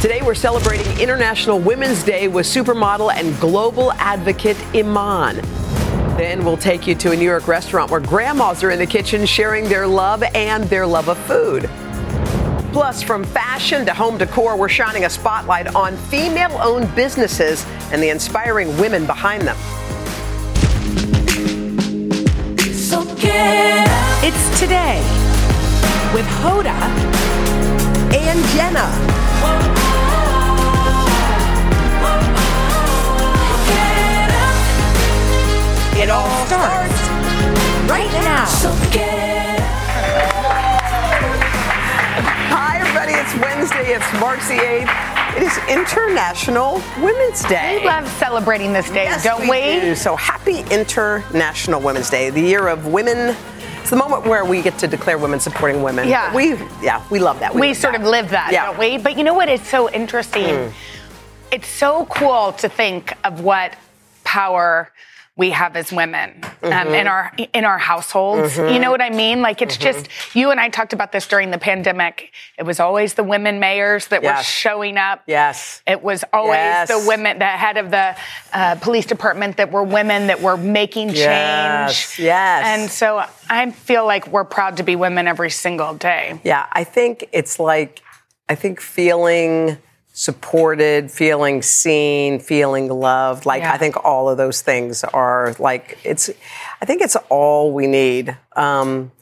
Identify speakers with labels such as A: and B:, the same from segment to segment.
A: Today, we're celebrating International Women's Day with supermodel and global advocate Iman. Then we'll take you to a New York restaurant where grandmas are in the kitchen sharing their love and their love of food. Plus, from fashion to home decor, we're shining a spotlight on female owned businesses and the inspiring women behind them.
B: So get up. It's today with Hoda
A: and Jenna.
B: It all starts right now. So get
A: Hi, everybody. It's Wednesday. It's March the 8th. It is International Women's Day.
C: We love celebrating this day,
A: Yes,
C: don't we?
A: do. So happy International Women's Day, the year of women. It's the moment where we get to declare women supporting women.
C: Yeah.
A: We yeah, we love that.
C: We
A: live
C: sort
A: that.
C: of live that,
A: Yeah.
C: don't we? But you know what is so interesting? It's so cool to think of what power we have as women um, in our in our households. You know what I mean? Like it's just you and I talked about this during the pandemic. It was always the women mayors that were
A: Yes.
C: showing up.
A: Yes.
C: It was always
A: Yes.
C: the women, the head of the uh, police department that were women that were making
A: Yes,
C: change.
A: yes.
C: And so I feel like we're proud to be women every single day.
A: Yeah, I think it's like I think feeling supported, feeling seen, feeling loved. Like
C: Yeah.
A: I think all of those things are like it's. I think it's all we need. Um,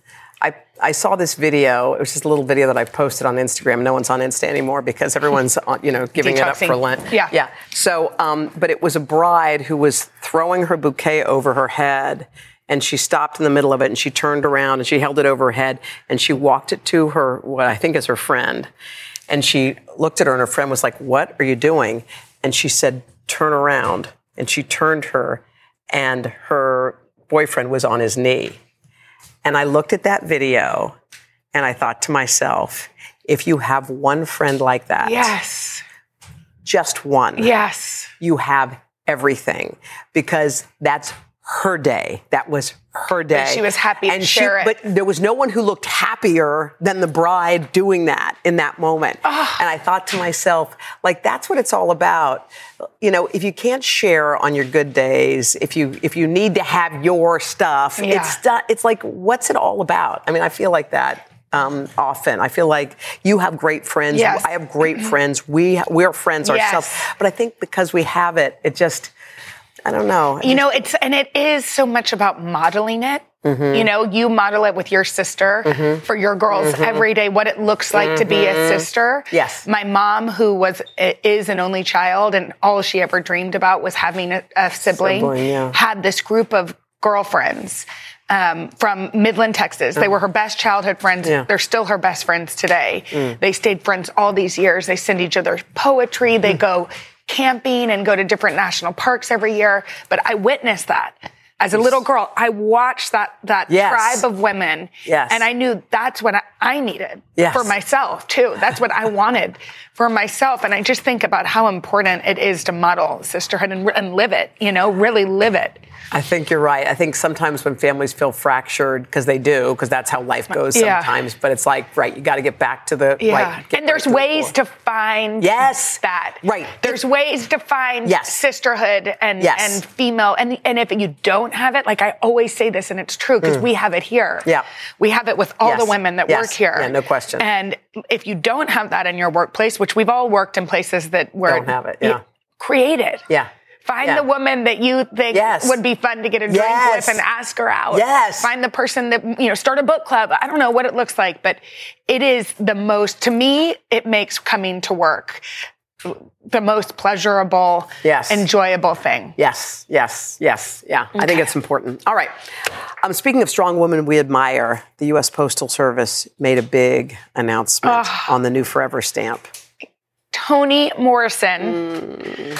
A: I I saw this video. It was just a little video that I posted on Instagram. No one's on Insta anymore because everyone's on, you know giving it up
C: Detoxing.
A: for Lent.
C: Yeah.
A: yeah. So, um, but it was a bride who was throwing her bouquet over her head. And she stopped in the middle of it and she turned around and she held it over her head and she walked it to her, what I think is her friend. And she looked at her and her friend was like, What are you doing? And she said, Turn around. And she turned her and her boyfriend was on his knee. And I looked at that video and I thought to myself, if you have one friend like that,
C: Yes.
A: just one
C: Yes.
A: you have everything because that's her day. That was her day.
C: she was happy to
A: and
C: share it.
A: But there was no one who looked happier than the bride doing that in that moment.
C: Ah.
A: And I thought to myself, like that's what it's all about. You know, if you can't share on your good days, if you if you need to have your stuff,
C: Yeah.
A: it's not- it's like what's it all about? I mean, I feel like that. Um, often, I feel like you have great friends.
C: Yes. Mm-hmm.
A: I have great friends. We we're friends
C: Yes.
A: ourselves. But I think because we have it, it just, I don't know.
C: You know, it's and it is so much about modeling it.
A: Mm-hmm.
C: You know, you model it with your sister for your girls every day what it looks like to be a sister.
A: Mm-hmm. Yes.
C: My mom who was is an only child and all she ever dreamed about was having a, a sibling,
A: Sibling, yeah.
C: had this group of girlfriends um, from Midland, Texas. They were her best childhood friends.
A: Mm. Yeah. Mm.
C: They're still her best friends today. They stayed friends all these years. They send each other poetry.
A: Mm.
C: They go camping and go to different national parks every year. But I witnessed that. As a little girl, I watched that that
A: Yes.
C: tribe of women,
A: Yes.
C: and I knew that's what I, I needed
A: Yes.
C: for myself too. That's what I wanted for myself, and I just think about how important it is to model sisterhood and, and live it. You know, really live it.
A: I think you're right. I think sometimes when families feel fractured, because they do, because that's how life goes
C: Yeah.
A: sometimes, but it's like, right, you got to get back to the
C: Yeah.
A: right. get
C: and there's
A: back the
C: ways
A: core.
C: to find
A: Yes.
C: that.
A: Right.
C: There's ways to find
A: Yes.
C: sisterhood and
A: Yes.
C: and female and and if you don't have it, like I always say this and it's true because we have it here.
A: Mm. Yeah.
C: We have it with all
A: Yes.
C: the women that
A: Yes.
C: work here.
A: Yeah, no question.
C: And if you don't have that in your workplace, which we've all worked in places that where
A: Don't have it, yeah.
C: create it.
A: Yeah.
C: Find
A: Yeah.
C: the woman that you think
A: Yes.
C: would be fun to get a drink
A: Yes.
C: with and ask her out.
A: Yes.
C: Find the person that, you know, start a book club. I don't know what it looks like, but it is the most, to me, it makes coming to work the most pleasurable,
A: Yes.
C: enjoyable thing.
A: Yes, yes, yes. Yeah, I think it's important. All right. Um, speaking of strong women we admire, the U.S. Postal Service made a big announcement on the new Forever stamp.
C: Toni Morrison,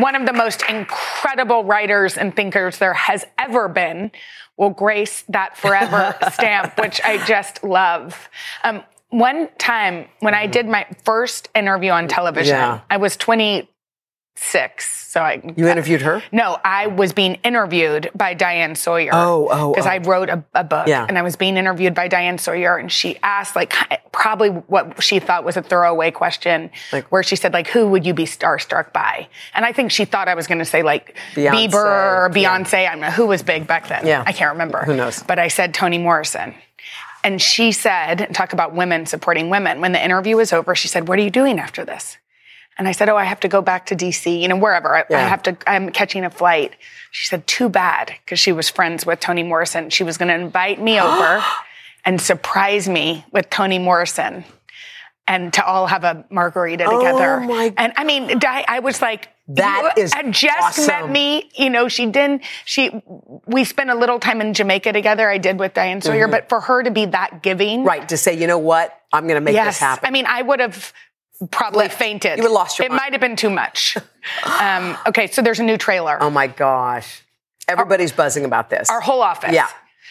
C: one of the most incredible writers and thinkers there has ever been, will grace that forever stamp, which I just love. Um, one time when I did my first interview on television,
A: Mm. Yeah.
C: I was 26, so I
A: You interviewed her?
C: no, I was being interviewed by Diane Sawyer.
A: Oh, oh,
C: Because
A: oh.
C: I wrote a, a book
A: Yeah.
C: and I was being interviewed by Diane Sawyer and she asked like probably what she thought was a throwaway question where she said like, who would you be starstruck by? And I think she thought I was going to say like
A: Beyonce.
C: Bieber or Beyonce. I don't know who was big back then.
A: Yeah.
C: I can't remember.
A: Who knows?
C: But I said Toni Morrison. And she said, talk about women supporting women. When the interview was over, she said, what are you doing after this? And I said, "Oh, I have to go back to DC, you know, wherever. I, I
A: Yeah.
C: have to. I'm catching a flight." She said, "Too bad," because she was friends with Toni Morrison. She was going to invite me over and surprise me with Toni Morrison, and to all have a margarita together.
A: Oh my-
C: And I mean, Di, I was like.
A: That
C: you
A: is
C: had just met
A: awesome.
C: me. You know, she didn't. She, we spent a little time in Jamaica together. I did with Diane Sawyer,
A: Mm-hmm.
C: but for her to be that giving,
A: Right, to say, you know what? I'm going to make this happen.
C: I mean, I would have probably fainted.
A: You would've lost your
C: It
A: mind.
C: might have been too much. um, okay, so there's a new trailer.
A: oh my gosh. Everybody's buzzing about this.
C: Our whole office.
A: Yeah.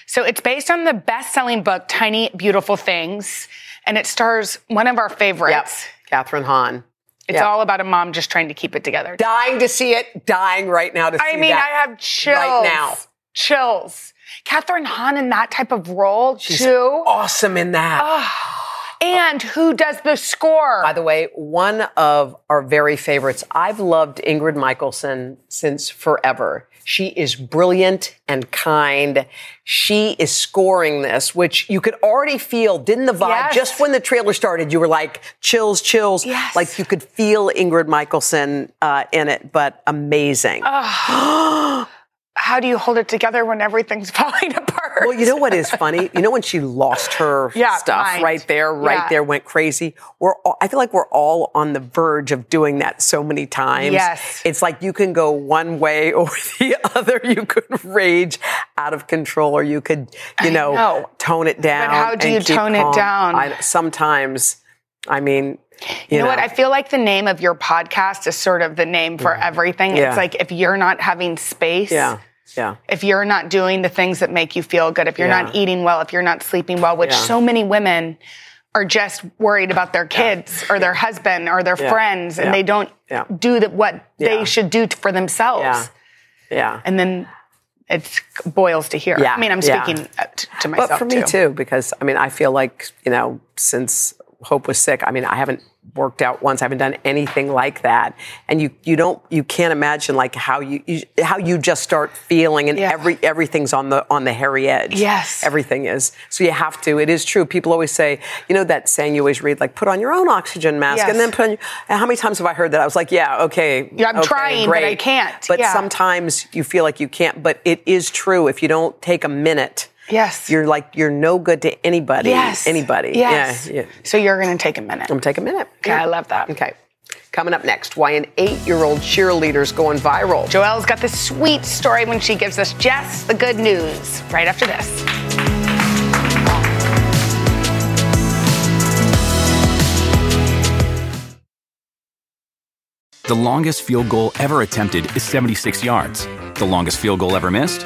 C: So it's based on the best-selling book Tiny Beautiful Things, and it stars one of our
A: Yep.
C: favorites.
A: Catherine Hahn.
C: It's
A: Yep.
C: all about a mom just trying to keep it together.
A: Dying to see it, dying right now to see
C: I mean,
A: that.
C: I have chills
A: Right now.
C: Chills. Catherine Hahn in that type of role too,
A: Awesome in that.
C: Ah. and who does the score?
A: By the way, one of our very favorites. I've loved Ingrid Michaelson since forever. She is brilliant and kind. She is scoring this, which you could already feel, didn't the vibe?
C: Yes.
A: Just when the trailer started, you were like, chills, chills.
C: Yes.
A: Like you could feel Ingrid Michaelson uh, in it, but amazing.
C: How do you hold it together when everything's falling apart?
A: Well, you know what is funny? You know when she lost her
C: Yeah,
A: stuff
C: mind.
A: right there, right
C: Yeah.
A: there, went crazy. We're all, I feel like we're all on the verge of doing that so many times.
C: Yes.
A: it's like you can go one way or the other. You could rage out of control, or you could, you know,
C: know.
A: tone it down.
C: how do
A: and
C: you
A: keep
C: tone it
A: calm.
C: down?
A: I, sometimes, I mean, you,
C: You know what? I feel like the name of your podcast is sort of the name for everything.
A: Mm. Yeah.
C: It's like if you're not having space,
A: yeah, yeah.
C: if you're not doing the things that make you feel good, if you're
A: Yeah.
C: not eating well, if you're not sleeping well, which
A: Yeah.
C: so many women are just worried about their kids or their husband or their
A: Yeah.
C: friends and
A: Yeah.
C: they don't
A: Yeah.
C: do the, what
A: Yeah.
C: they should do t- for themselves.
A: Yeah. Yeah.
C: And then it boils to here.
A: Yeah.
C: I mean, I'm
A: Yeah.
C: speaking uh, t- to myself
A: But for me too, because I mean, I feel like you know, since Hope was sick, I mean, I haven't worked out once. I haven't done anything like that, and you you don't you can't imagine like how you, you how you just start feeling, and
C: Yeah.
A: every everything's on the on the hairy edge.
C: Yes.
A: everything is. So you have to. It is true. People always say, you know, that saying you always read, like put on your own oxygen mask,
C: Yes.
A: and then put on. Your, and how many times have I heard that? I was like, yeah, okay,
C: Yeah, I'm
A: okay,
C: trying, but I
A: great.
C: can't.
A: But
C: Yeah.
A: sometimes you feel like you can't. But it is true if you don't take a minute.
C: Yes.
A: You're like you're no good to anybody.
C: Yes.
A: Anybody.
C: Yes.
A: Yeah. yeah.
C: So you're going to take a minute.
A: I'm gonna take a minute.
C: Okay, I love that.
A: Okay. Coming up next, why an eight-year-old cheerleader's going viral.
C: Joelle's got this sweet story when she gives us just the good news right after this.
D: The longest field goal ever attempted is 76 yards. The longest field goal ever missed?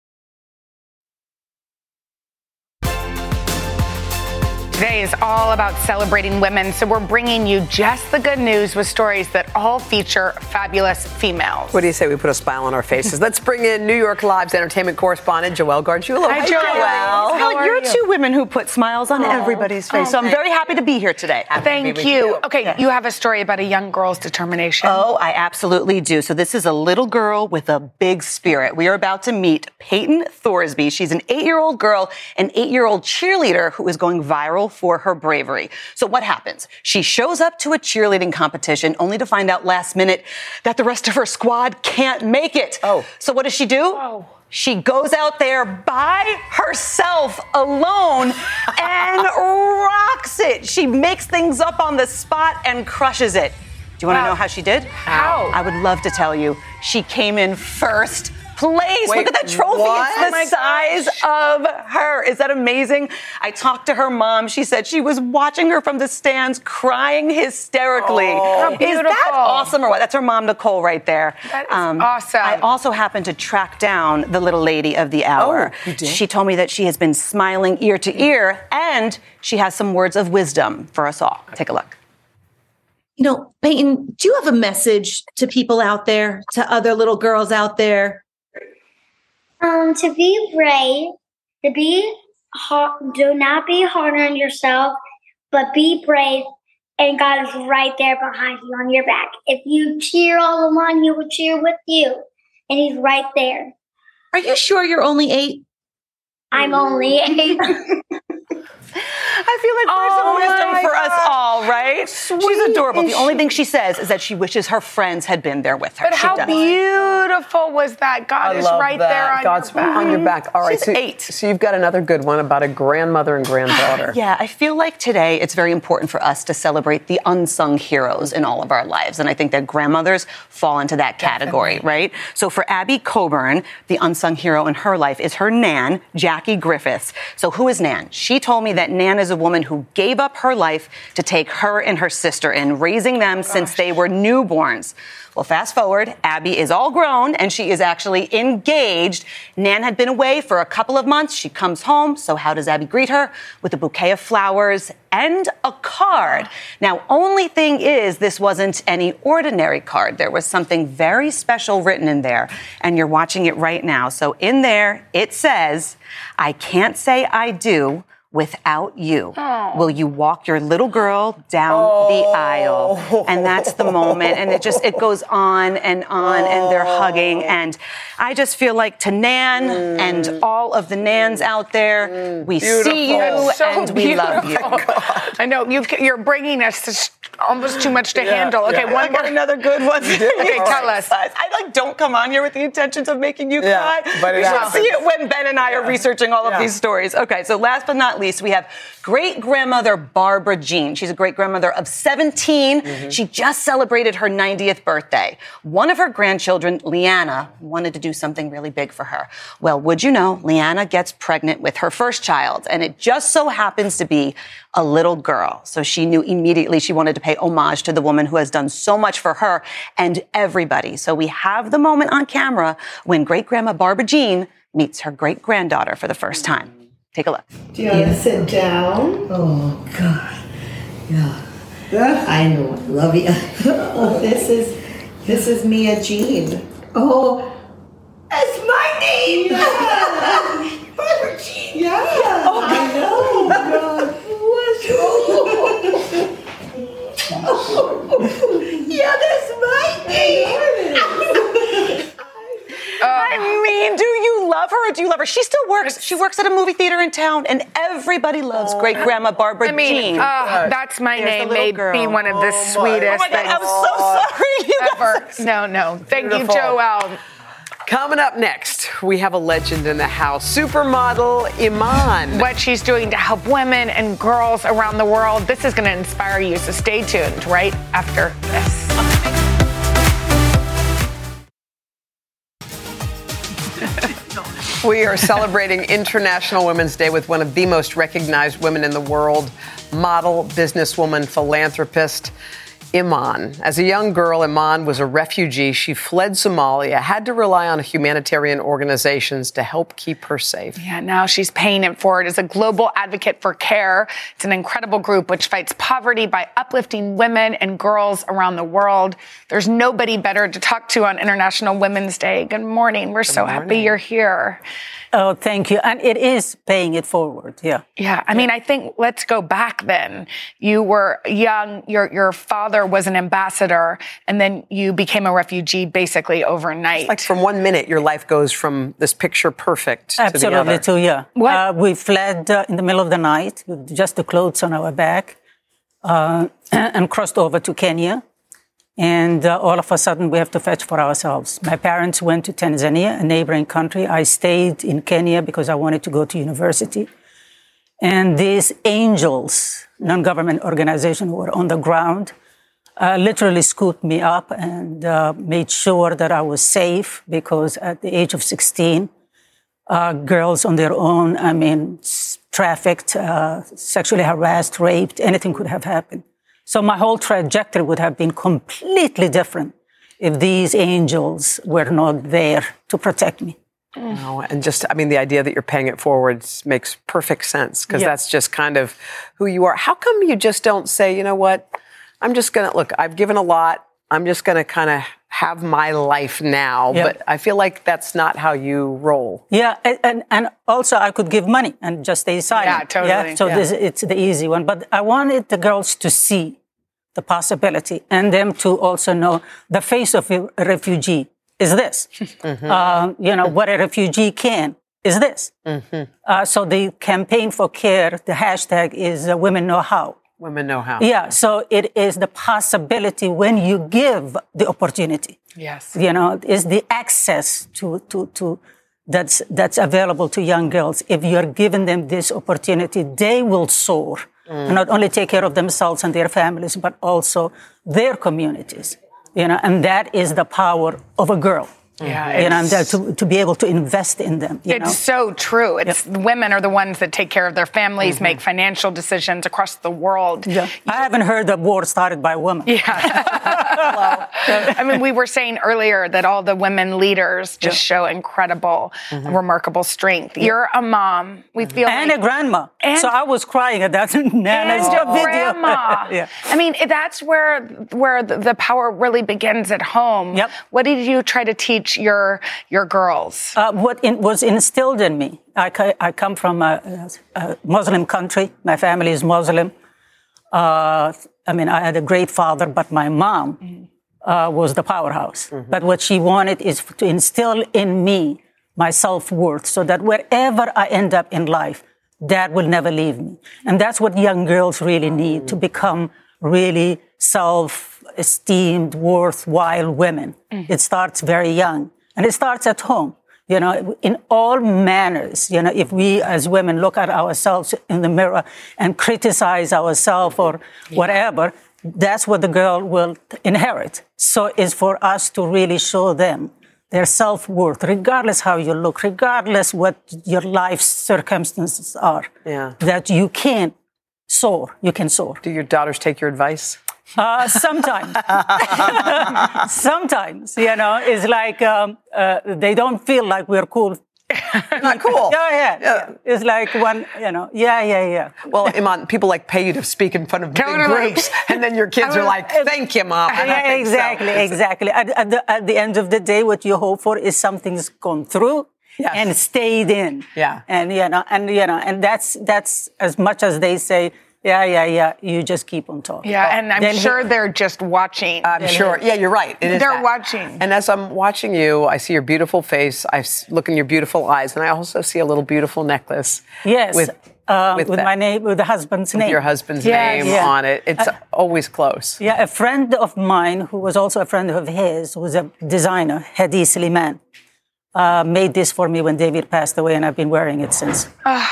C: Today is all about celebrating women, so we're bringing you just the good news with stories that all feature fabulous females.
A: What do you say we put a smile on our faces? Let's bring in New York Live's entertainment correspondent, Joelle Gargiulo.
C: Hi, Joelle.
A: Joelle.
C: How are
E: you're
C: you? Oh.
E: two women who put smiles on everybody's face, so I'm very happy to be here today.
C: Thank you. Okay, you have a story about a young girl's determination.
E: Oh, I absolutely do. So this is a little girl with a big spirit. We are about to meet Peyton Thorsby. She's an eight-year-old girl, an eight-year-old cheerleader who is going viral for her bravery. So what happens? She shows up to a cheerleading competition only to find out last minute that the rest of her squad can't make it. Oh. So what does she do? She goes out there by herself alone and rocks it. She makes things up on the spot and crushes it. Do you want to
C: Wow.
E: know how she did?
C: How?
E: I would love to tell you. She came in first place.
A: Wait,
E: Look at that trophy.
A: what? Oh
E: It's the
A: my
E: size of her. Is that amazing? I talked to her mom. She said she was watching her from the stands crying hysterically.
C: How
E: Is that
C: beautiful.
E: awesome or what? That's her mom, Nicole, right there. Um,
C: That is awesome.
E: I also happened to track down the little lady of the hour.
A: you did?
E: She told me that she has been smiling ear to ear and she has some words of wisdom for us all. Take a look.
F: you know, Peyton, do you have a message to people out there, to other little girls out there?
G: Um, to be brave, to be ha- do not be hard on yourself, but be brave. And God is right there behind you on your back. If you cheer all alone, He will cheer with you, and He's right there.
F: Are you sure you're only eight?
G: I'm only eight.
E: I feel like words
C: Oh
E: of
C: my
E: wisdom for us
C: God.
E: all, right? She's adorable. The only thing she says is that she wishes her friends had been there with her.
C: But
E: she
C: how
E: does.
C: beautiful was that? God is right there on
A: God's
C: your
A: back. on your back. All right,
E: She's
A: so,
E: eight.
A: so you've got another good one about a grandmother and granddaughter.
E: Yeah, I feel like today it's very important for us to celebrate the unsung heroes in all of our lives. And I think that grandmothers fall into that category, right? So for Abby Coburn, the unsung hero in her life is her Nan, Jackie Griffiths. So who is Nan? She told me that Nan is a woman who gave up her life to take her and her sister in, raising them since they were newborns. Well, fast forward, Abby is all grown and she is actually engaged. Nan had been away for a couple of months. She comes home. So, how does Abby greet her? With a bouquet of flowers and a card. Now, only thing is, this wasn't any ordinary card. There was something very special written in there, and you're watching it right now. So, in there, it says, I can't say I do. Without you,
C: Oh.
E: will you walk your little girl down the aisle? And that's the moment. And it just, it goes on and on, and they're
C: Oh.
E: hugging. And I just feel like to Nan
C: Mm.
E: and all of the Nans out there, we see you
C: That's so
E: and we love you.
C: beautiful. I know you've, you're bringing us to s- almost too much to handle. Okay,
E: I
C: one
E: got
C: more.
E: another good one.
C: Okay, tell us.
E: I like don't come on here with the intentions of making you
A: Yeah,
E: cry.
A: but it
E: you should
A: happens.
E: see it when Ben and I are researching all of these stories. Okay, so last but not least, we have great grandmother Barbara Jean. She's a great grandmother of 17.
A: Mm-hmm.
E: She just celebrated her 90th birthday. One of her grandchildren, Leanna, wanted to do something really big for her. Well, would you know, Leanna gets pregnant with her first child, and it just so happens to be a little girl. So she knew immediately she wanted to pay homage to the woman who has done so much for her and everybody. So we have the moment on camera when great grandma Barbara Jean meets her great granddaughter for the first time. Take a look.
F: Do you want to sit down? Oh, God. Yeah. I know. I love you. oh, this is, this is Mia Jean. Oh, that's my name. Barbara Jean. Yeah. Oh, I know. God. What? yeah, that's my name.
E: I mean, do you love her or do you love her? She still works. She works at a movie theater in town, and everybody loves great grandma Barbara
C: I mean,
E: Jean.
C: uh, that's my
E: There's the
C: name.
E: little
C: May
E: girl.
C: be one of the
E: oh
C: sweetest
E: my God,
C: things
E: I'm so sorry. You guys
C: ever. No, no. Thank
A: Beautiful.
C: you, Joelle.
A: Coming up next, we have a legend in the house, supermodel Iman.
C: What she's doing to help women and girls around the world. This is going to inspire you. So stay tuned. Right after this.
A: We are celebrating International Women's Day with one of the most recognized women in the world model, businesswoman, philanthropist. Iman. As a young girl, Iman was a refugee. She fled Somalia, had to rely on humanitarian organizations to help keep her safe.
C: Yeah, now she's paying it forward as a global advocate for care. It's an incredible group which fights poverty by uplifting women and girls around the world. There's nobody better to talk to on International Women's Day. Good morning. We're so happy you're here.
H: Oh, thank you. And it is paying it forward. Yeah.
C: Yeah, I mean, I think let's go back then. You were young, your your father was an ambassador, and then you became a refugee basically overnight.
A: Like from one minute, your life goes from this picture perfect to the
H: Absolutely,
A: other.
H: too, yeah. Uh, we fled uh, in the middle of the night, with just the clothes on our back, uh, and crossed over to Kenya. And uh, all of a sudden, we have to fetch for ourselves. My parents went to Tanzania, a neighboring country. I stayed in Kenya because I wanted to go to university. And these angels, non government organization, who were on the ground, uh, literally scooped me up and uh, made sure that I was safe because at the age of 16, uh, girls on their own, I mean, s- trafficked, uh, sexually harassed, raped, anything could have happened. So my whole trajectory would have been completely different if these angels were not there to protect me.
A: Wow. And just, I mean, the idea that you're paying it forward makes perfect sense because
H: Yeah.
A: that's just kind of who you are. How come you just don't say, you know what? I'm just going to look, I've given a lot. I'm just going to kind of have my life now.
H: Yeah.
A: But I feel like that's not how you roll.
H: Yeah, and, and, and also I could give money and just stay silent.
A: Yeah, totally.
H: so
A: Yeah.
H: This, it's the easy one. But I wanted the girls to see the possibility and them to also know the face of a refugee is this. Uh, you know, what a refugee can is this.
A: Mm-hmm.
H: Uh, so the campaign for care, the hashtag is uh, Women Know How.
A: Women know how.
H: Yeah, so it is the possibility when you give the opportunity
C: Yes.
H: you know is the access to to to that's that's available to young girls if you're giving them this opportunity they will soar
C: Mm.
H: and not only take care of themselves and their families but also their communities you know and that is the power of a girl
C: Yeah,
H: you know and that
C: it's-
H: to, to be able to invest in them you
C: it's
H: know
C: so true. It's women are the ones that take care of their families, make financial decisions across the world.
H: Mm-hmm. yeah. i haven't heard the war started by a woman
C: Yeah. I mean, we were saying earlier that all the women leaders just show incredible,
H: Mm-hmm.
C: remarkable strength. You're a mom. We feel
H: and
C: like-
H: a grandma
C: And-
H: so i was crying at that nana's
C: and
H: video
C: grandma.
H: yeah
C: I mean, it- that's where where the, the power really begins at home.
H: Yep.
C: What did you try to teach your your girls?
H: Uh, what in, was instilled in me, I, co- I come from a, a Muslim country. My family is Muslim. Uh, I mean, I had a great father, but my mom uh, was the powerhouse. But what she wanted is to instill in me my self worth so that wherever I end up in life, that will never leave me. And that's what young girls really need to become really self esteemed, worthwhile women. It starts very young and it starts at home. You know, in all manners, you know, if we as women look at ourselves in the mirror and criticize ourselves or whatever, that's what the girl will inherit. So it's for us to really show them their self worth, regardless how you look, regardless what your life circumstances are.
A: Yeah.
H: That you can soar. You can soar.
A: Do your daughters take your advice?
H: Uh, sometimes. sometimes, you know, it's like um, uh, they don't feel like we're cool.
A: Not cool.
H: Yeah, yeah, yeah. It's like one, you know, yeah, yeah, yeah.
A: Well, Iman, people like pay you to speak in front of big
C: Totally.
A: groups, and then your kids are like, "Thank you, mom." I don't
H: Yeah,
A: think so.
H: exactly, exactly. At, at, the, at the end of the day, what you hope for is something's gone through
A: Yes.
H: and stayed in.
A: Yeah.
H: and you know, and you know, and that's that's as much as they say. Yeah, yeah, yeah. You just keep on talking.
C: yeah, and I'm
H: They'll
C: sure
H: hear-
C: they're just watching.
A: I'm sure. Yeah, you're right. It is
C: They're
A: that.
C: watching.
A: And as I'm watching you, I see your beautiful face. I s- look in your beautiful eyes, and I also see a little beautiful necklace.
H: Yes,
A: with
H: uh,
A: with
H: with,
A: that-
H: my name, with the husband's name.
A: your husband's
H: Yes.
A: name
H: Yeah.
A: on it. It's always close.
H: Yeah, a friend of mine who was also a friend of his, who was a designer, Hadi Sliman, uh, made this for me when David passed away, and I've been wearing it since.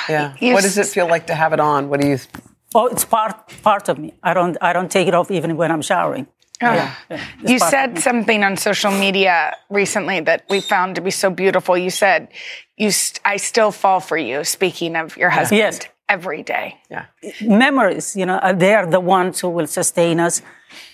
A: Yeah.
C: you
A: What does it feel like to have it on? What do you?
H: Oh, it's part part of me. I don't I don't take it off even when I'm showering.
C: Oh.
H: Yeah.
C: You said something on social media recently that we found to be so beautiful. You said, "You, st- I still fall for you." Speaking of your husband,
H: Yes.
C: every day. Yeah,
H: memories, you know, uh, they are the ones who will sustain us.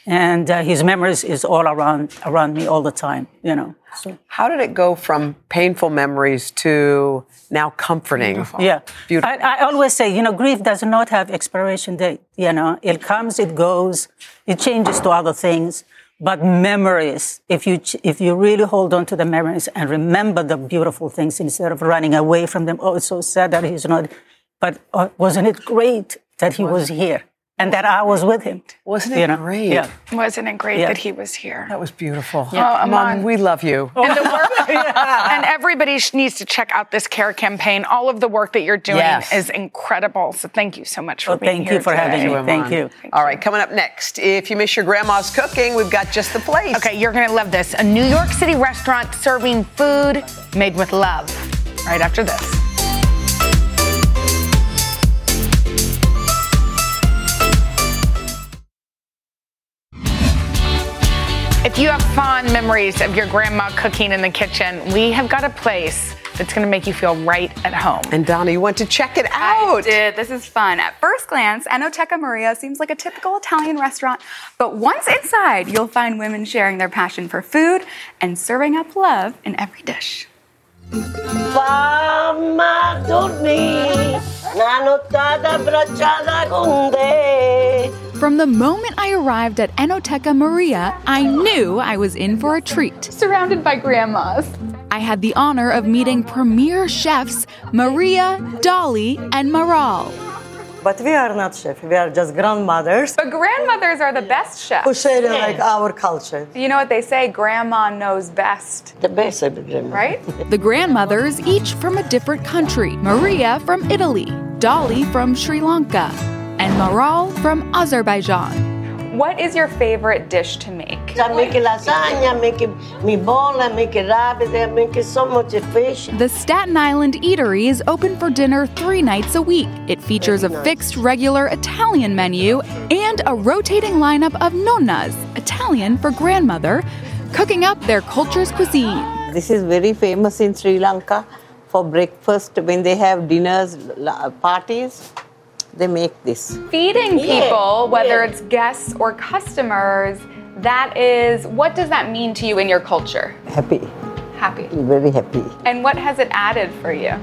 H: And uh, his memories is all around around me all the time, you know. So
A: How did it go from painful memories to now comforting?
H: Yeah.
A: Oh, Beautiful.
H: I, I always say, you know, grief does not have expiration date. You know, it comes, it goes, it changes to other things. But memories, if you ch- if you really hold on to the memories and remember the beautiful things instead of running away from them, oh, it's so sad that he's not. But uh, wasn't it great that he was here and that I was with him?
A: Wasn't it
H: You know,
A: great?
H: Yeah.
C: wasn't it great
H: Yeah.
C: that he was here?
A: That was beautiful.
C: Yeah. Oh,
A: Mom,
C: Aman.
A: we love you.
H: Oh,
C: and the work, and everybody sh- needs to check out this care campaign. All of the work that you're doing
A: Yes.
C: is incredible. So thank you so much for
H: Well,
C: being
H: Oh, thank
C: here
H: you for
C: today.
H: having me. Thank you.
A: All right, coming up next, if you miss your grandma's cooking, we've got just the place.
C: Okay, you're gonna love this. A New York City restaurant serving food made with love. Right after this. If you have fond memories of your grandma cooking in the kitchen, we have got a place that's going to make you feel right at home.
A: And Donna, you want to check it
I: I
A: out.
I: did. This is fun. At first glance, Enoteca Maria seems like a typical Italian restaurant, but once inside, you'll find women sharing their passion for food and serving up love in every dish.
J: Mamma dormi, una nottata abbracciata con te.
I: From the moment I arrived at Enoteca Maria, I knew I was in for a treat. Surrounded by grandmas. I had the honor of meeting premier chefs Maria, Dolly, and Maral.
K: But we are not chef. We are just grandmothers
I: But grandmothers are the best chefs.
K: who share like our culture.
I: You know what they say, grandma knows best.
K: The basic grandma.
I: Right? the grandmothers, each from a different country Maria from Italy, Dolly from Sri Lanka, and Maral from Azerbaijan. What is your favorite dish to make?
J: I make lasagna, make meatball, I make rabbit, I make so much fish.
I: The Staten Island Eatery is open for dinner three nights a week. It features a fixed regular Italian menu and a rotating lineup of nonnas, Italian for grandmother, cooking up their culture's cuisine.
L: This is very famous in Sri Lanka for breakfast when they have dinners, la- parties, they make this.
M: feeding
L: Yeah,
M: people, whether
L: yeah.
M: it's guests or customers, that is what does that mean to you in your culture?
L: Happy,
M: Happy.
L: very happy.
M: And what has it added for you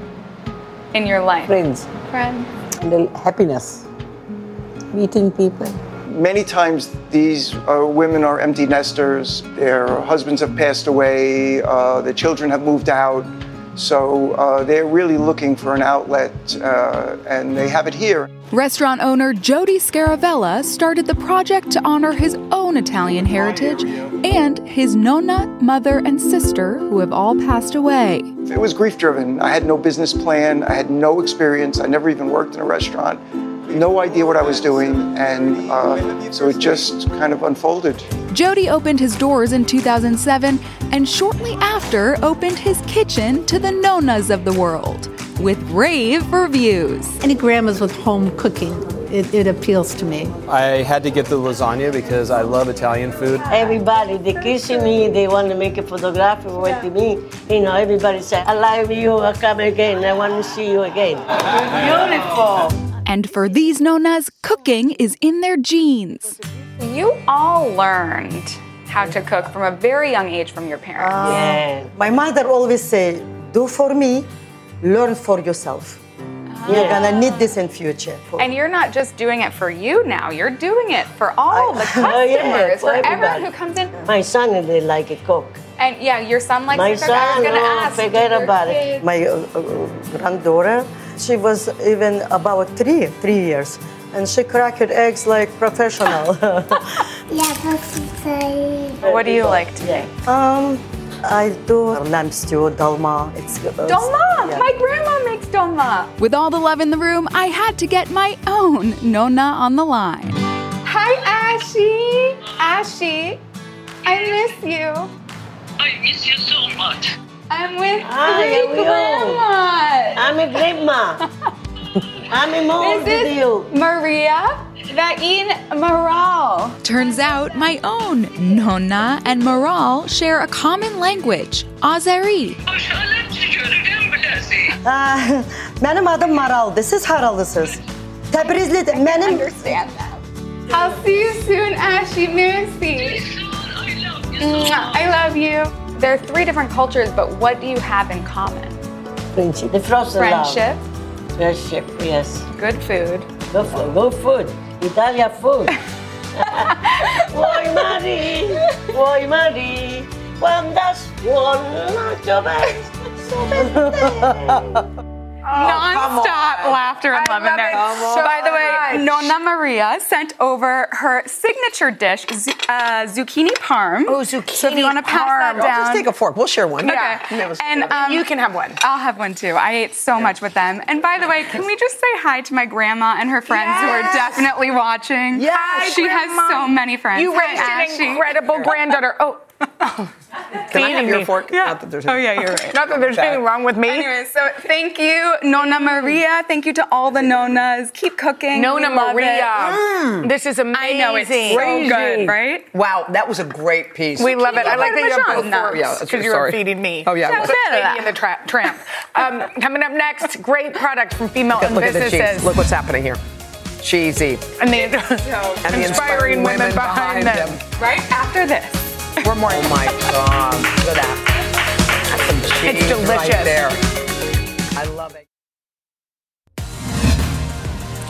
M: in your life?
L: Friends,
M: Friend.
L: little happiness, meeting people.
N: Many times, these uh, women are empty nesters. Their husbands have passed away. Uh, their children have moved out. So uh, they're really looking for an outlet, uh, and they have it here.
I: Restaurant owner Jody Scaravella started the project to honor his own Italian heritage and his nonna, mother, and sister who have all passed away.
N: It was grief driven. I had no business plan. I had no experience. I never even worked in a restaurant. No idea what I was doing. And uh, so it just kind of unfolded.
I: Jody opened his doors in 2007 and shortly after opened his kitchen to the nonnas of the world with rave reviews.
O: Any grandmas with home cooking, it, it appeals to me.
P: I had to get the lasagna because I love Italian food.
J: Everybody, they kissing me, they want to make a photograph with me. You know, everybody say, I love you, I come again, I want to see you again. Beautiful.
I: And for these nonnas, cooking is in their genes.
M: You all learned how to cook from a very young age from your parents.
J: Ah.
K: My mother always say, do for me, learn for yourself.
J: Ah.
K: You're gonna need this in future.
M: And you're not just doing it for you now, you're doing it for all the customers,
J: Oh, yeah,
M: for everyone
J: everybody.
M: who comes in.
J: My son, they like a cook.
M: And yeah, your son likes
J: My
M: to cook. I
J: son,
M: was gonna
J: oh,
M: ask. do
J: forget
M: your
J: about it.
M: kids-
K: My uh, uh, granddaughter, she was even about three, three years, and she cracked eggs like professional.
Q: Yeah, but
M: What do you like to make?
K: Um, I do lamb stew, dalma. It's uh,
M: Dolma!
K: yeah.
M: My grandma makes dolma.
I: With all the love in the room, I had to get my own nonna on the line.
M: Hi, Ashy. Ashy, I miss you.
J: I miss you so much.
M: I'm with
J: Hi,
M: three
J: we all.
M: grandmas.
J: I'm a grandma. I'm a mom
M: This
J: with
M: is
J: you.
M: Maria,
I: Vain Maral.
R: Turns out my own Nonna and Maral share a common language, Azeri.
K: Ah, benim adım Maral. This is Haral. This is. Tebrizli de- benim
I: Understand that. I'll see you soon, Ashy Mercy. Mwah, I love you. There are three different cultures, but what do you have in common?
J: Friendship. The frozen
I: Friendship,
J: Love. Friendship, yes.
I: good food.
J: Good food. Good food. Italian food. Vuoi Mari? Vuoi Mari? Quando suona Giovanni? Oh,
I: Non-stop laughter and love in there. By the way, Nonna Maria sent over her signature dish, zu- uh, zucchini parm. Oh, zucchini So if you want to pass that
A: I'll just
I: down.
A: take a fork. We'll share one.
I: Okay. And um, you can have one. I'll have one too. I ate so much with them. And by the way, can we just say hi to my grandma and her friends who are
C: Yes.
I: definitely watching?
C: Yes.
I: Hi, she
C: Grandma.
I: has so many friends.
C: You
I: Hi,
C: raised an
I: Ashley.
C: incredible granddaughter. Oh,
A: Can I have
C: feeding
A: your
C: me.
A: fork? Yeah. Not that there's
I: Oh yeah, you're right.
C: Not that there's
A: Okay.
C: anything wrong with me.
I: Anyway, so thank you, Nona Maria. Thank you to all the Nonas. Keep cooking.
C: Nona
I: We love
C: Maria. Mm.
I: it. Mm.
C: This is amazing.
I: I know it's so good, right?
A: Wow, that was a great piece.
C: We love it. I like that you have both
A: forks. Yeah,
C: forks
A: that's-
C: because you were
A: sorry.
C: feeding me.
A: Oh, yeah, I was.
C: Put Sadie in the tra- tramp. Um, coming up next, great product from female-owned
A: Look at the cheese.
C: businesses.
A: Look what's happening here. Cheesy.
C: and the,
A: And the
C: inspiring, women, behind, them.
I: Right after this.
C: We're more.
A: Oh my God. Look at that. That's some cheese
C: It's delicious.
A: right there. I love it.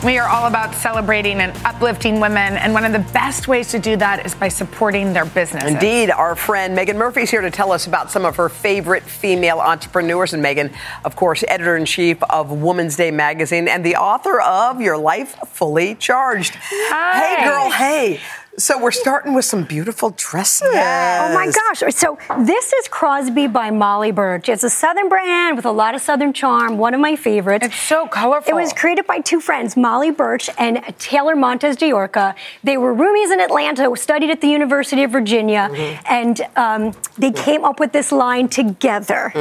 C: We are all about celebrating and uplifting women, and one of the best ways to do that is by supporting their business.
A: Indeed, our friend Megan Murphy's here to tell us about some of her favorite female entrepreneurs. And Megan, of course, editor in chief of Woman's Day magazine and the author of Your Life Fully Charged.
S: Hi.
A: Hey, girl, hey. So we're starting with some beautiful dresses.
S: Oh my gosh. So this is Crosby by Molly Birch. It's a southern brand with a lot of southern charm, one of my favorites. It's
C: so colorful.
S: It was created by two friends, Molly Birch and Taylor Montes de Orca. They were roomies in Atlanta, studied at the University of Virginia, and um, they came up with this line together.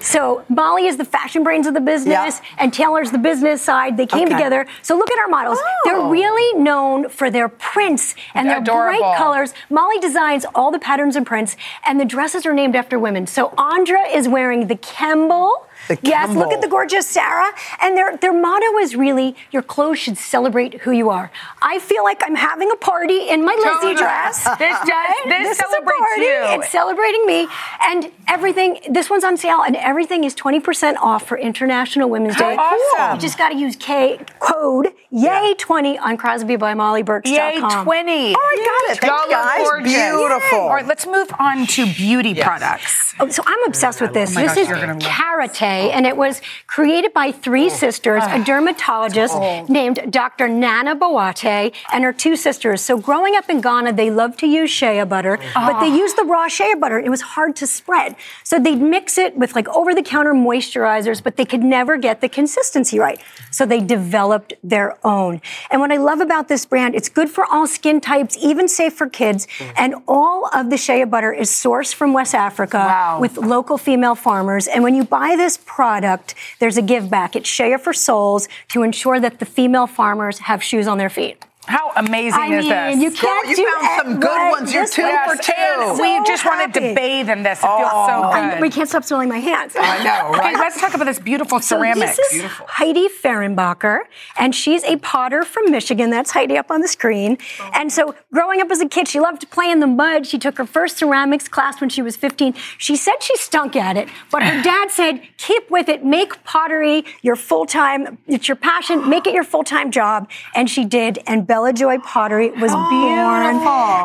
S: So Molly is the fashion brains of the business, and Taylor's the business side. They came
T: Okay.
S: together. So look at our models.
A: Oh.
S: They're really known for their prints and their
C: Adorable.
S: bright colors. Molly designs all the patterns and prints, and the dresses are named after women. So Andra is wearing the Kemble.
A: The
S: Yes, look
A: Kemble.
S: at the gorgeous Sarah. And their, their motto is really your clothes should celebrate who you are. I feel like I'm having a party in my Lizzie
C: Totally.
S: dress.
C: This does-
S: Right?
C: this
S: is a
C: celebrates
S: party.
C: you.
S: It's celebrating me. And everything, this one's on sale, and everything is 20% off for International Women's
C: How
S: Day.
C: awesome.
S: You just got to use K code Yay20 on Crosby by Molly Birch.
C: Yay, 20.
S: Oh, I got it.
C: Y'all look gorgeous. All right, let's move on to beauty products.
S: Oh, so I'm obsessed with this.
C: Oh my
S: this
C: gosh,
S: is
C: you're gonna love Oh.
S: karate, and it was created by three sisters,
C: Ah.
S: a dermatologist named Dr. Nana Boate and her two sisters. So growing up in Ghana, they loved to use shea butter, but they used the raw shea butter. It was hard to spread. So they'd mix it with like over-the-counter moisturizers, but they could never get the consistency right. So they developed their own. And what I love about this brand, it's good for all skin types, even safe for kids. And all of the shea butter is sourced from West Africa with local female farmers. And when you buy this product, there's a give back. It's shea for souls to ensure that the female farmers have shoes on their feet.
C: How amazing
S: I
C: is
S: mean,
C: this?
S: you can't
A: you
S: do
A: found some
S: it
A: good
S: right.
A: ones. You're
S: This
A: two
S: one-
A: for
C: Yes,
A: two.
C: and
S: So
C: we just wanted to
S: happy.
C: bathe in this. It feels so
S: I know,
C: good.
S: we can't stop smelling my hands.
C: I know, right?
S: Okay,
C: let's talk about this beautiful ceramics.
S: So this is Heidi Fehrenbacher, and she's a potter from Michigan. That's Heidi up on the screen. And so, growing up as a kid, she loved to play in the mud. She took her first ceramics class when she was 15. She said she stunk at it, but her dad said, "Keep with it. Make pottery your full-time. It's your passion. Make it your full-time job." And she did. And Bella Joy Pottery was born.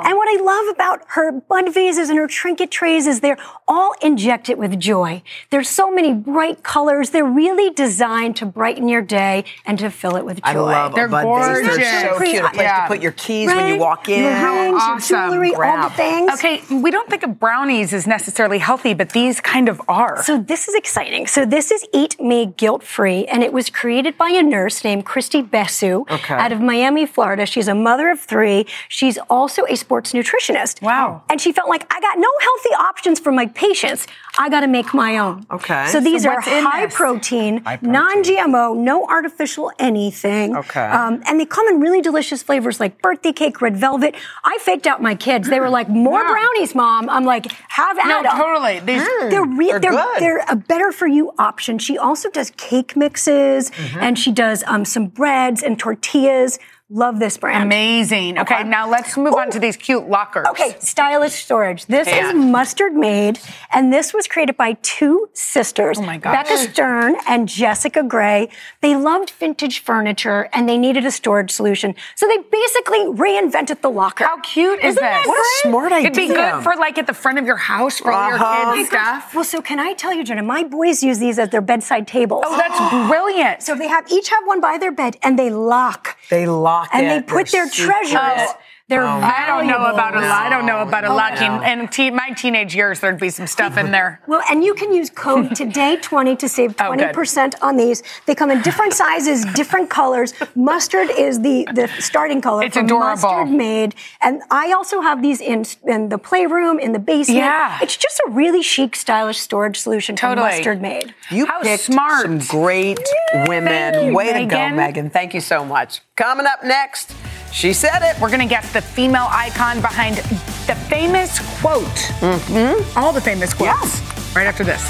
S: And what I love about her bud vases and her trinket trays is they're all injected with joy. There's so many bright colors. They're really designed to brighten your day and to fill it with joy.
A: I love a bud vase. They're so cute. A place to put your keys when you
S: Right?
A: walk in.
S: Your rings, your jewelry, all the
C: Grab.
S: things.
C: Okay, we don't think of brownies as necessarily healthy, but these kind of are.
S: So this is exciting. So this is Eat Me Guilt Free, and it was created by a nurse named Christy Bessu
C: Okay.
S: out of Miami, Florida. Florida. She's a mother of three. She's also a sports nutritionist. Wow. And she felt like I got no healthy options for my patients. I got to make my own.
A: Okay.
S: So these
A: So
S: are
A: what's in
S: high
A: this?
S: protein,
A: High protein.
S: non-GMO, no artificial anything.
A: Okay.
S: Um, and they come in really delicious flavors like birthday cake, red velvet. I faked out my kids. They were like, "More brownies, mom." I'm like, "Have at
C: No,
S: 'em."
C: totally. These- Mm.
S: they're, re-
C: They're
S: they're,
C: good.
S: they're a better for you option. She also does cake mixes and she does um, some breads and tortillas. Love this brand.
C: Amazing. Okay, now let's move on to these cute lockers.
S: Okay, stylish storage. This
C: Yeah.
S: is mustard made, and this was created by two sisters, oh my
C: gosh.
S: Becca Stern and Jessica Gray. They loved vintage furniture and they needed a storage solution, so they basically reinvented the locker. How
C: cute
S: Isn't
C: is
S: that
C: this?
S: great?
C: It'd be good for like at the front of your house for all your kids' stuff.
S: Oh Well, so can I tell you, Jenna? My boys use these as their bedside tables.
C: Oh, that's brilliant.
S: So they have each have one by their bed, and they lock
A: They lock
S: and
A: it.
S: they put
A: They're
S: their treasures.
C: Oh.
S: Their
C: I don't know about a
S: valuables.
C: lot. I don't know about a
S: Oh,
C: lot.
S: no.
C: In, in te- my teenage years, there'd be some stuff in there.
S: Well, and you can use code today 20 to save
C: Oh, good.
S: 20% on these. They come in different sizes, different colors. Mustard is the, the starting color.
C: It's
S: for
C: adorable.
S: Mustard made. And I also have these in, in the playroom, in the basement.
C: Yeah.
S: It's just a really chic, stylish storage solution
C: Totally.
S: for mustard made.
A: You
C: How
A: picked
C: smart.
A: some great women.
C: Thank you,
A: Way to go,
C: Megan.
A: Megan. Thank you so much. Coming up next, she said it.
C: We're going to guess the female icon behind the famous quote. Mm-hmm. All the famous quotes. Right after this.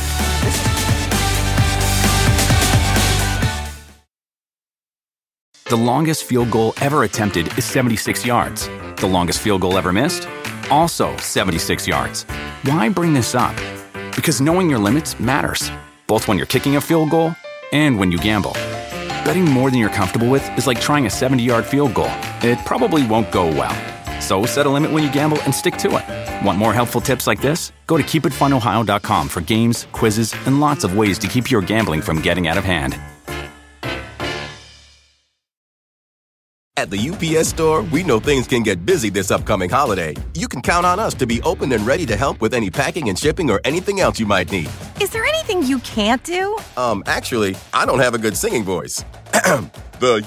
D: The longest field goal ever attempted is 76 yards. The longest field goal ever missed? Also 76 yards. Why bring this up? Because knowing your limits matters, both when you're kicking a field goal and when you gamble. Betting more than you're comfortable with is like trying a 70 yard field goal, it probably won't go well. So set a limit when you gamble and stick to it. Want more helpful tips like this? Go to keepitfunohio.com for games, quizzes, and lots of ways to keep your gambling from getting out of hand.
U: At the UPS store, we know things can get busy this upcoming holiday. You can count on us to be open and ready to help with any packing and shipping or anything else you might need.
B: Is there anything you can't do?
U: Um, actually, I don't have a good singing voice. the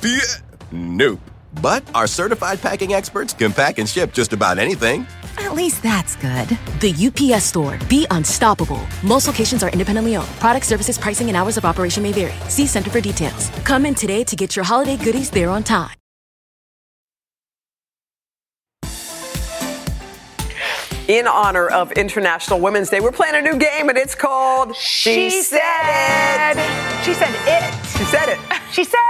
U: UPS. Nope. But our certified packing experts can pack and ship just about anything.
V: At least that's good. The UPS store. Be unstoppable. Most locations are independently owned. Product services, pricing, and hours of operation may vary. See Center for details. Come in today to get your holiday goodies there on time.
A: In honor of International Women's Day, we're playing a new game and it's called She, Said It.
C: She said it.
A: She said it.
C: She said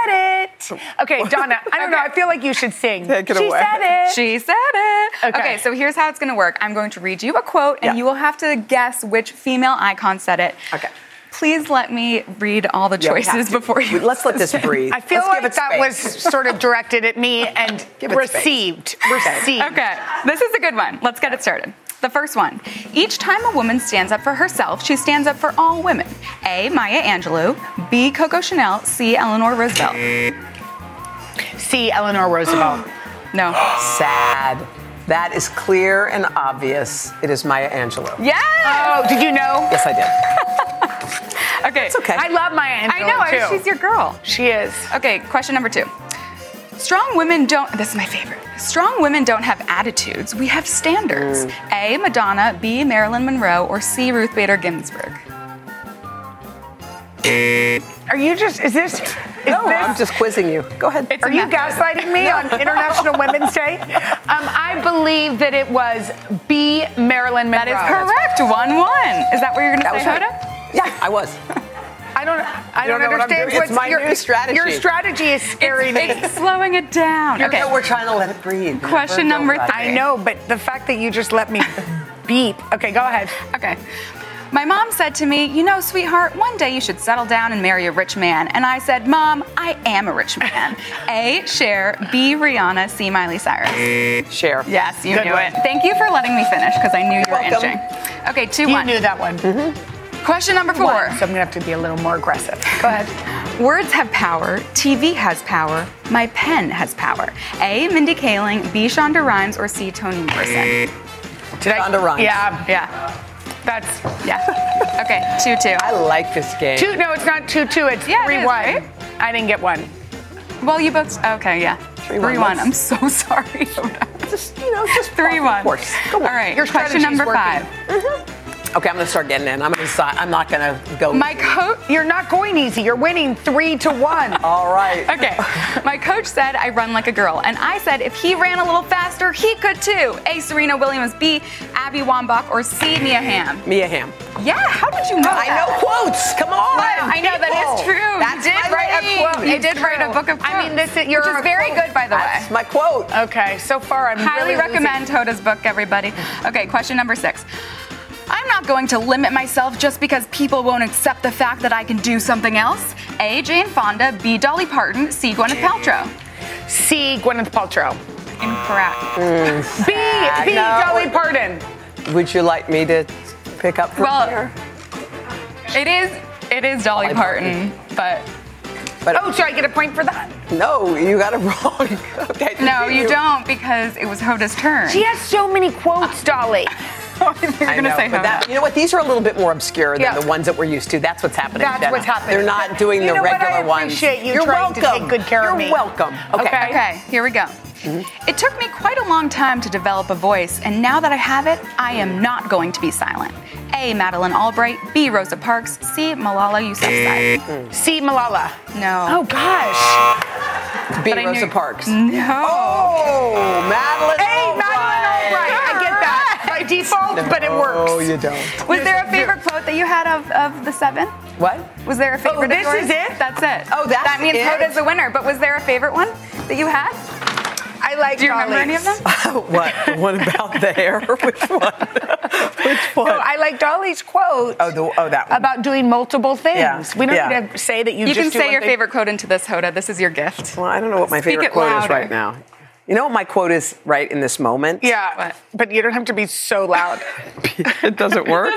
C: it. Okay, Donna, I don't know. I feel like you should sing.
A: Take it
C: she
A: away.
C: said it.
I: She said it.
C: Okay.
I: Okay. so here's how it's going to work. I'm going to read you a quote, and
C: Yeah.
I: you will have to guess which female icon said it. Okay. Please let me read all the
A: Yeah, we have
I: choices
A: to.
I: before you.
A: Let's let this breathe.
C: I feel
A: Let's give
C: like
A: it
C: that was
A: space.
C: sort of directed at me and
I: it space.
C: received. Received.
I: Okay, this is a good one. Let's get it started. The first one. Each time a woman stands up for herself, she stands up for all women. A. Maya Angelou. B. Coco Chanel. C. Eleanor Roosevelt.
C: C. Eleanor Roosevelt.
I: no.
A: Sad. That is clear and obvious. It is Maya Angelou.
I: Yes!
C: Oh, did you know?
A: Yes, I did.
I: Okay. It's
A: okay.
C: I love Maya Angelou.
I: I know. I-
C: too.
I: She's your girl.
C: She is.
I: Okay, question number two. Strong women don't, this is my favorite. Strong women don't have attitudes, we have standards.
C: Mm.
I: A, Madonna, B, Marilyn Monroe, or C, Ruth Bader Ginsburg.
C: Are you just? Is this? Is
A: No,
C: this
A: I'm just quizzing you. Go ahead.
C: Are you gaslighting me on International Women's Day? Um, I believe that it was B. Marilyn Monroe.
I: That is correct, 1 1. Is that what you're gonna
A: That was
I: say,
A: right.
I: Hoda?
A: Yeah, I was.
C: I don't. I
A: You
C: don't,
A: don't know what I'm
C: understand
A: doing.
C: what's
A: It's my
C: your
A: new strategy.
C: Your strategy is scary. me.
I: It's slowing it down.
A: You
I: okay.
A: know we're trying to let it breathe.
I: Question
A: Don't
I: number
A: let it
I: three.
C: I know, but the fact that you just let me beep. Okay, go ahead.
I: Okay. My mom said to me, You know, sweetheart, one day you should settle down and marry a rich man. And I said, Mom, I am a rich man. A, Cher, B, Rihanna, C, Miley Cyrus.
A: Share.
I: Yes, you
C: Good
I: knew
C: one.
I: it. Thank you for letting me finish because I knew you were
A: welcome.
I: inching. Okay, 2
C: You
I: 1.
C: knew that one.
I: Question number four.
C: One, so I'm gonna have to be a little more aggressive. Go ahead.
I: Words have power. TV has power. My pen has power. A. Mindy Kaling. B. Shonda Rhimes. Or C. Toni Morrison.
C: Did I?
A: Shonda Rhimes.
C: Yeah,
I: Yeah.
C: that's
I: Yeah. Okay. Two two.
A: I like this game.
C: two. No, it's not two two. It's
I: Yeah, it
C: three
I: is,
C: one.
I: right?
C: I didn't get one.
I: Well, you both. Okay. Yeah. Three one. I'm so sorry.
A: just you know, just
I: three one. Of course. All right. Your question number
A: strategy's working.
I: five.
A: Okay, I'm gonna start getting in. I'm gonna decide. I'm not gonna go.
C: My coach, you're not going easy. You're winning three to one.
A: All right.
I: Okay. My coach said I run like a girl, and I said if he ran a little faster, he could too. A. Serena Williams, B. Abby Wambach, or C. Mia Hamm.
A: Mia Ham.
I: Yeah. How did you know?
A: I
I: that?
A: know quotes. Come on,
I: I know that is
A: people.
I: true.
A: That's
I: you did
A: my
I: write
A: lead.
I: a quote. You
A: It's
I: did write a
A: true.
I: book of quotes.
A: I mean, this is- you're
I: which is
A: a
I: very
A: quote.
I: good, by the way.
A: That's my quote.
C: Okay. So far, I'm
I: highly
C: really
I: recommend
C: losing.
I: Hoda's book, everybody. Okay, question number six. I'm not going to limit myself just because people won't accept the fact that I can do something else. A. Jane Fonda, B. Dolly Parton, C. Gwyneth Paltrow.
C: C. Gwyneth Paltrow.
I: Incorrect.
A: Mm.
C: B. B.
A: No.
C: Dolly Parton.
A: Would you like me to pick up from
I: Well,
A: there?
I: It is. It is Dolly,
A: Dolly
I: Parton, but
A: But
C: oh, should I get a point for that?
A: no, you got it wrong. okay.
I: no, you
A: continue.
I: don't because it was Hoda's turn.
C: She has so many quotes, Dolly.
I: You're
A: I
I: gonna
A: know,
I: say
A: but
I: Hoda.
A: that, you know what? These are a little bit more obscure than
C: Yeah.
A: the ones that we're used to. That's what's happening.
C: That's
A: Jenna.
C: what's happening.
A: They're not doing
C: You
A: the
C: know what? I
A: regular ones.
C: appreciate you
A: are
C: trying to
A: welcome.
C: take good care of
A: You're
C: me.
A: welcome. Okay.
I: Okay. here we go. It took me quite a long time to develop a voice, and now that I have it, I am not going to be silent. A. Madeline Albright. B. Rosa Parks. C. Malala Yousafzai.
C: C. Malala.
I: No.
C: Oh gosh.
A: B.
I: But I
A: Rosa
I: knew-
A: Parks.
I: No.
A: Oh, Madeline.
C: Hey, Madeline Albright. I get that by default, but it works.
A: Oh, you don't.
I: Was there a favorite quote that you had of, of the seven?
A: What?
I: Was there a favorite? of
A: Oh, this
I: yours?
A: is it?
I: That's Oh, it.
A: Oh, that's
I: that means
A: it?
I: Hoda's the winner. But was there a favorite one that you had?
C: I like.
I: Do you remember
C: Dolly's.
I: any of them?
A: what? What about the hair? Which one? Which one?
C: No, I like Dolly's quote
A: oh, the, oh, that one.
C: about doing multiple things.
A: Yeah,
C: We don't
A: yeah.
C: need to say that you.
I: You
C: just
I: can
C: do
I: say
C: one
I: your
C: thing.
I: favorite quote into this, Hoda. This is your gift.
A: Well, I don't know what my
I: Speak
A: favorite
I: it
A: quote is
I: louder.
A: right now. You know what my quote is right in this moment?
C: Yeah, but you don't have to be so loud.
A: it doesn't work.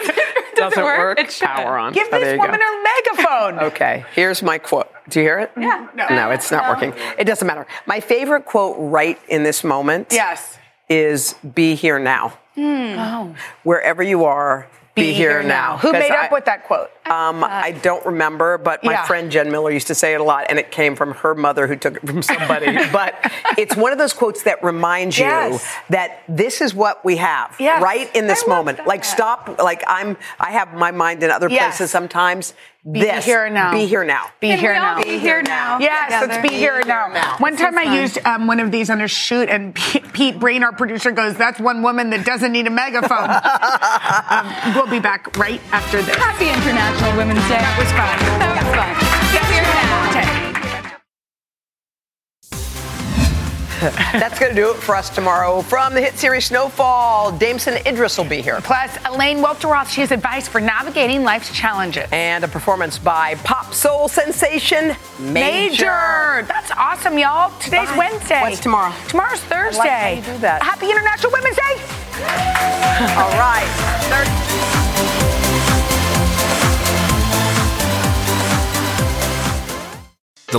A: doesn't,
I: work? It should.
A: Power on.
C: Give
A: Oh, there
C: this
A: you go.
C: woman a megaphone.
A: Okay, here's my quote. Do you hear it?
I: Yeah.
A: No,
I: No.
A: it's not working. It doesn't matter. My favorite quote right in this moment
C: Yes.
A: is be here now.
C: Oh.
A: Wherever you are, be, here, now.
C: Who
A: 'Cause
C: made
A: I-
C: up with that quote?
A: Um, I don't remember, but my
C: Yeah.
A: friend Jen Miller used to say it a lot, and it came from her mother who took it from somebody. but it's one of those quotes that reminds you
C: Yes.
A: that this is what we have
C: Yes.
A: right in this
C: I love
A: moment. Like
C: that.
A: stop. Like I'm. I have my mind in other
C: Yes.
A: places sometimes.
C: Be
A: this,
C: here now.
A: Be here now.
C: Be
I: Can
C: here
I: we all
C: now.
I: Be here now.
C: Yes,
I: together?
C: let's be here now. One time I used um, one of these on a shoot, and Pete, Pete Brain, our producer, goes, "That's one woman that doesn't need a megaphone." um, we'll be back right after this.
I: Happy International Women's Day.
C: That was fun.
I: That was fun. Get here now.
A: That's going to do it for us tomorrow from the hit series Snowfall. Damson Idris will be here.
C: Plus, Elaine Welteroth, she has advice for navigating life's challenges.
A: And a performance by pop soul sensation Major.
C: That's awesome, y'all. Today's
A: Bye.
C: Wednesday.
A: What's tomorrow?
C: Tomorrow's Thursday.
A: like how you do that.
C: Happy International Women's Day.
A: All right. Third-
D: The